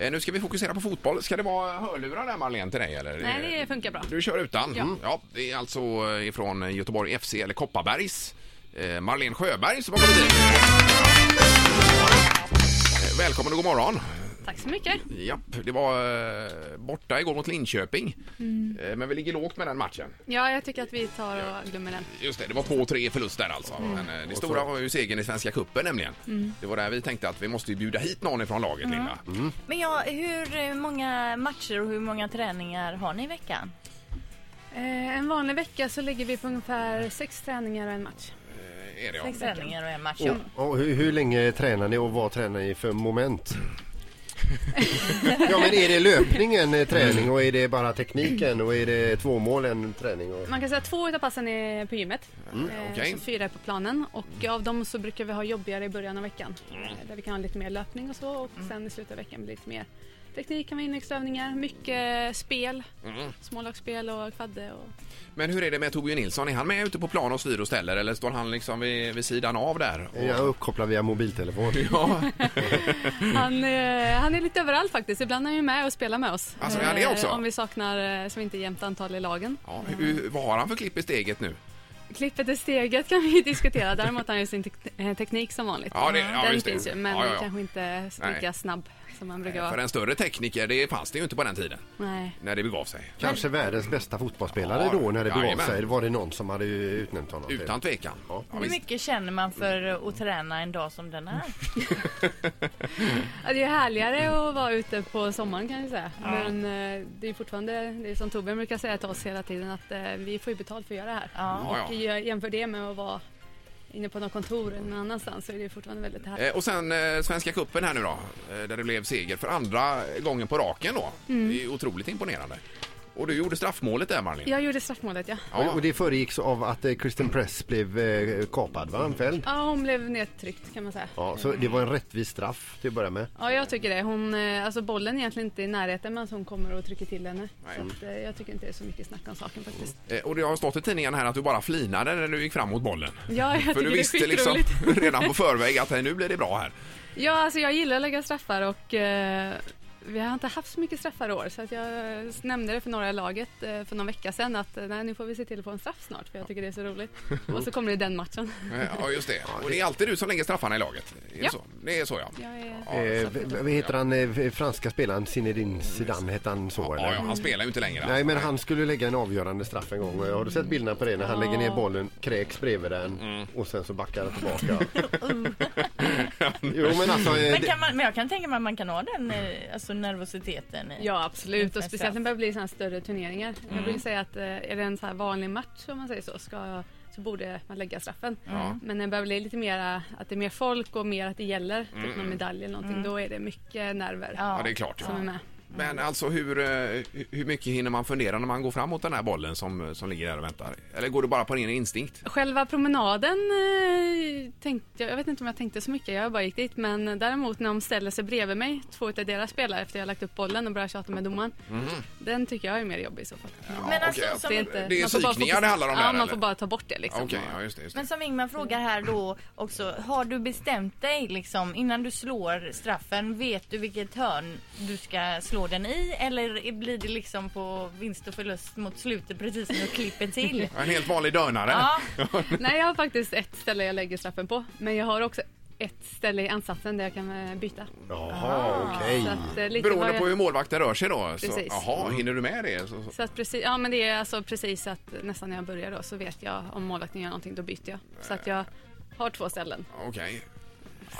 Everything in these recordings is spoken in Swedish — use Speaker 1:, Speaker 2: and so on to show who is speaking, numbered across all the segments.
Speaker 1: Eh, Nu ska vi fokusera på fotboll. Ska det vara hörlurar där Marlene till dig eller?
Speaker 2: Nej, det funkar bra.
Speaker 1: Du kör utan?
Speaker 2: Ja.
Speaker 1: Mm. Ja, det är alltså eh, ifrån Göteborg FC eller Kopparbergs eh, Marlene Sjöberg som har kommit hit. Eh, Välkommen och god morgon.
Speaker 2: Tack så mycket.
Speaker 1: Japp, det var eh, borta igår mot Linköping.
Speaker 2: Mm.
Speaker 1: Eh, Men vi ligger lågt med den matchen.
Speaker 2: Ja, jag tycker att vi tar och glömmer den.
Speaker 1: Just det, det var 2-3 förlust där alltså.
Speaker 2: Mm.
Speaker 1: Men eh, det stora var ju segern i Svenska Cupen nämligen. Det var där vi tänkte att vi måste ju bjuda hit någon ifrån laget,
Speaker 2: Mm.
Speaker 1: Linda.
Speaker 3: Men ja, hur eh, många matcher och hur många träningar har ni i veckan?
Speaker 4: Eh, En vanlig vecka så ligger vi på ungefär sex träningar och en match.
Speaker 1: Eh, Är det, ja.
Speaker 3: Sex träningar och en match. ja.
Speaker 5: Och, och hur, hur länge tränar ni och vad tränar ni för moment? ja men är det löpning en eh, träning och är det bara tekniken och är det tvåmål en träning? Och...
Speaker 4: Man kan säga att två utav passen är på gymmet.
Speaker 2: Mm,
Speaker 4: eh,
Speaker 1: okej.
Speaker 4: Så fyra är på planen. Och av dem så brukar vi ha jobbigare i början av veckan.
Speaker 2: Mm.
Speaker 4: eh, Där vi kan ha lite mer löpning och så. Och sen i slutet av veckan blir det lite mer teknik, kan vara inläggsövningar, mycket spel.
Speaker 2: Mm.
Speaker 4: Smålagsspel och kvadde och
Speaker 1: Men hur är det med Torbjörn Nilsson? Är han med ute på plan och styr och ställer eller står han liksom vid, vid sidan av där? Och...
Speaker 5: Jag uppkopplar via mobiltelefon.
Speaker 1: Ja,
Speaker 2: Mm.
Speaker 4: Han, eh, han är lite överallt faktiskt. Ibland är han ju med och spelar med oss.
Speaker 1: Alltså, är han det också?
Speaker 4: Eh, Om vi saknar, eh, som inte är jämnt antal i lagen.
Speaker 1: ja hur, vad har han för klipp i steget nu?
Speaker 4: Klippet i steget kan vi diskutera. Däremot har han ju sin tek- eh, teknik som vanligt.
Speaker 1: Ja, det- ja,
Speaker 4: Den
Speaker 1: just det.
Speaker 4: finns ju, men
Speaker 1: Ja, ja, ja.
Speaker 4: kanske inte så
Speaker 1: Nej.
Speaker 4: lika snabb som han brukar
Speaker 1: För
Speaker 4: vara.
Speaker 1: en större tekniker, det fanns det ju inte på den tiden
Speaker 4: Nej.
Speaker 1: när det begav sig.
Speaker 5: Kanske världens bästa fotbollsspelare
Speaker 1: Ja,
Speaker 5: då när det begav
Speaker 1: jajamän.
Speaker 5: sig. Var det någon som hade utnämnt honom? till?
Speaker 1: Utan tvekan. Ja,
Speaker 3: Hur
Speaker 1: visst.
Speaker 3: mycket känner man för eh, att träna en dag som den här?
Speaker 4: Ja, det är härligare
Speaker 1: Mm.
Speaker 4: att vara ute på sommaren kan jag säga. Men eh, det är fortfarande, det är som Torbjörn brukar säga till oss hela tiden, att eh, vi får ju betalt för att göra det här.
Speaker 3: Ja.
Speaker 1: Ja,
Speaker 4: Och
Speaker 1: ja.
Speaker 4: jag jämför det med att vara inne på något kontor eller någon annanstans så är det ju fortfarande väldigt härligt.
Speaker 1: Eh, Och sen eh, Svenska Cupen här nu då, eh, där det blev seger för andra gången på raken då.
Speaker 4: Mm.
Speaker 1: Det är otroligt imponerande. Och du gjorde straffmålet där Marlin.
Speaker 4: Jag gjorde straffmålet ja.
Speaker 5: Och, och det föregicks av att eh, Kristen Press blev eh, kapad, va? Fälld.
Speaker 4: Ja, hon blev nedtryckt kan man säga.
Speaker 5: Ja, så det var en rättvis straff till att börja med.
Speaker 4: Ja, jag tycker det. Hon, eh, alltså bollen är egentligen inte i närheten men hon kommer och trycker till henne. Så att, eh, jag tycker inte det är så mycket snack om saken faktiskt.
Speaker 1: Eh, Och det har stått i tidningen här att du bara flinade när du gick fram mot bollen.
Speaker 4: Ja, jag
Speaker 1: Mm. För
Speaker 4: tycker
Speaker 1: du
Speaker 4: det är
Speaker 1: visste liksom
Speaker 4: skitroligt.
Speaker 1: redan på förväg att "Nej, nu blir det bra här.
Speaker 4: Ja, alltså jag gillar att lägga straffar och eh, vi har inte haft så mycket straffar i år så att jag eh, nämnde det för några i laget eh, för någon vecka sedan att eh, nej, nu får vi se till att få en straff snart för jag tycker det är så roligt. Och så kommer det i den matchen.
Speaker 1: Eh, Ja, just det. Och det är alltid du som lägger straffarna i laget. Är det
Speaker 4: Ja.
Speaker 1: så? Det är så, ja.
Speaker 4: Jag är...
Speaker 1: Ja,
Speaker 5: Eh, v- vad heter han, eh, f- franska spelaren Zinedine Zidane, hette han så eller?
Speaker 1: Ja, ja, han spelar ju inte längre.
Speaker 5: Nej men han skulle lägga en avgörande straff en gång och har du sett bilderna på det när han lägger ner bollen, kräks bredvid den
Speaker 1: Mm.
Speaker 5: och sen så backar han tillbaka. jo men alltså, eh,
Speaker 3: Men,
Speaker 5: det,
Speaker 3: kan man, men jag kan tänka mig att man kan ha den eh, alltså nervositeten. i-
Speaker 4: Ja absolut
Speaker 3: inför
Speaker 4: och
Speaker 3: en
Speaker 4: speciellt när det
Speaker 3: straff.
Speaker 4: börjar bli sådana här större turneringar.
Speaker 1: Mm.
Speaker 4: Jag brukar säga att eh, är det en så här vanlig match om man säger så, ska, så borde man lägga straffen. Men när det börjar bli lite mer att det är mer folk och mer att det gäller,
Speaker 1: Mm.
Speaker 4: typ någon medalj eller någonting, då är det mycket nerver
Speaker 1: Ja, det är klart.
Speaker 4: som är med.
Speaker 1: Men alltså hur, eh, hu- hur mycket hinner man fundera när man går fram mot den här bollen som, som ligger där och väntar? Eller går du bara på ren instinkt?
Speaker 4: Själva promenaden eh, tänkte jag, jag vet inte om jag tänkte så mycket, jag bara gick dit. Men däremot när de ställer sig bredvid mig, två av deras spelare efter jag lagt upp bollen och börjar tjata med domaren.
Speaker 1: Mm.
Speaker 4: Den tycker jag är mer jobbig i så fall.
Speaker 3: Men alltså,
Speaker 1: okej.
Speaker 3: som-
Speaker 4: Det är, inte,
Speaker 1: Det är
Speaker 4: man får bara
Speaker 1: psykningar
Speaker 4: fokusera-
Speaker 1: det handlar om
Speaker 4: Ja,
Speaker 1: där,
Speaker 4: man
Speaker 1: eller?
Speaker 4: får bara ta bort det liksom.
Speaker 1: Okej, ja just det. Just det.
Speaker 3: Men som Ingmar frågar här då också, har du bestämt dig liksom innan du slår straffen, vet du vilket hörn du ska slå den i eller blir det liksom på vinst och förlust mot slutet precis när du klipper till?
Speaker 1: En helt vanlig dörnare.
Speaker 3: Ja,
Speaker 4: Nej, jag har faktiskt ett ställe jag lägger straffen på. Men jag har också ett ställe i ansatsen där jag kan eh, byta.
Speaker 5: jaha okej.
Speaker 4: Så att, eh, lite vad
Speaker 1: Beroende
Speaker 4: jag-
Speaker 1: på hur målvakten rör sig då. Så,
Speaker 4: Precis.
Speaker 1: jaha, hinner du med det? Så, så.
Speaker 4: Så att precis, ja men det är alltså precis att nästan när jag börjar då så vet jag om målvakten gör någonting då byter jag. Så att jag har två ställen.
Speaker 1: Okej.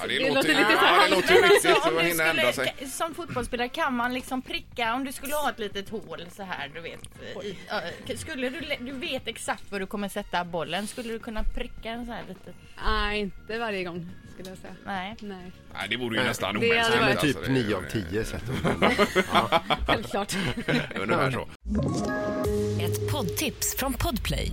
Speaker 1: Ja,
Speaker 4: Det låter lite så
Speaker 1: ja,
Speaker 4: här.
Speaker 1: det låter ju
Speaker 3: men
Speaker 1: riktigt
Speaker 3: alltså,
Speaker 1: så
Speaker 3: om
Speaker 1: man
Speaker 3: du
Speaker 1: hinner ändra sig.
Speaker 3: skulle, som fotbollsspelare kan man liksom pricka om du skulle ha ett litet hål så här du vet. I, ö, skulle du, lä- du vet exakt var du kommer sätta bollen, skulle du kunna pricka en så här litet?
Speaker 4: Nej, inte varje gång skulle jag säga.
Speaker 3: Nej.
Speaker 4: Nej,
Speaker 1: Nej, det vore ju
Speaker 5: Nej.
Speaker 1: nästan
Speaker 4: Det hade
Speaker 1: omänskligt.
Speaker 4: varit-
Speaker 5: Men
Speaker 1: alltså,
Speaker 5: typ
Speaker 1: det-
Speaker 5: 9 av 10 sätter hon.
Speaker 4: självklart.
Speaker 1: Ungefär så.
Speaker 6: Ett poddtips från Podplay.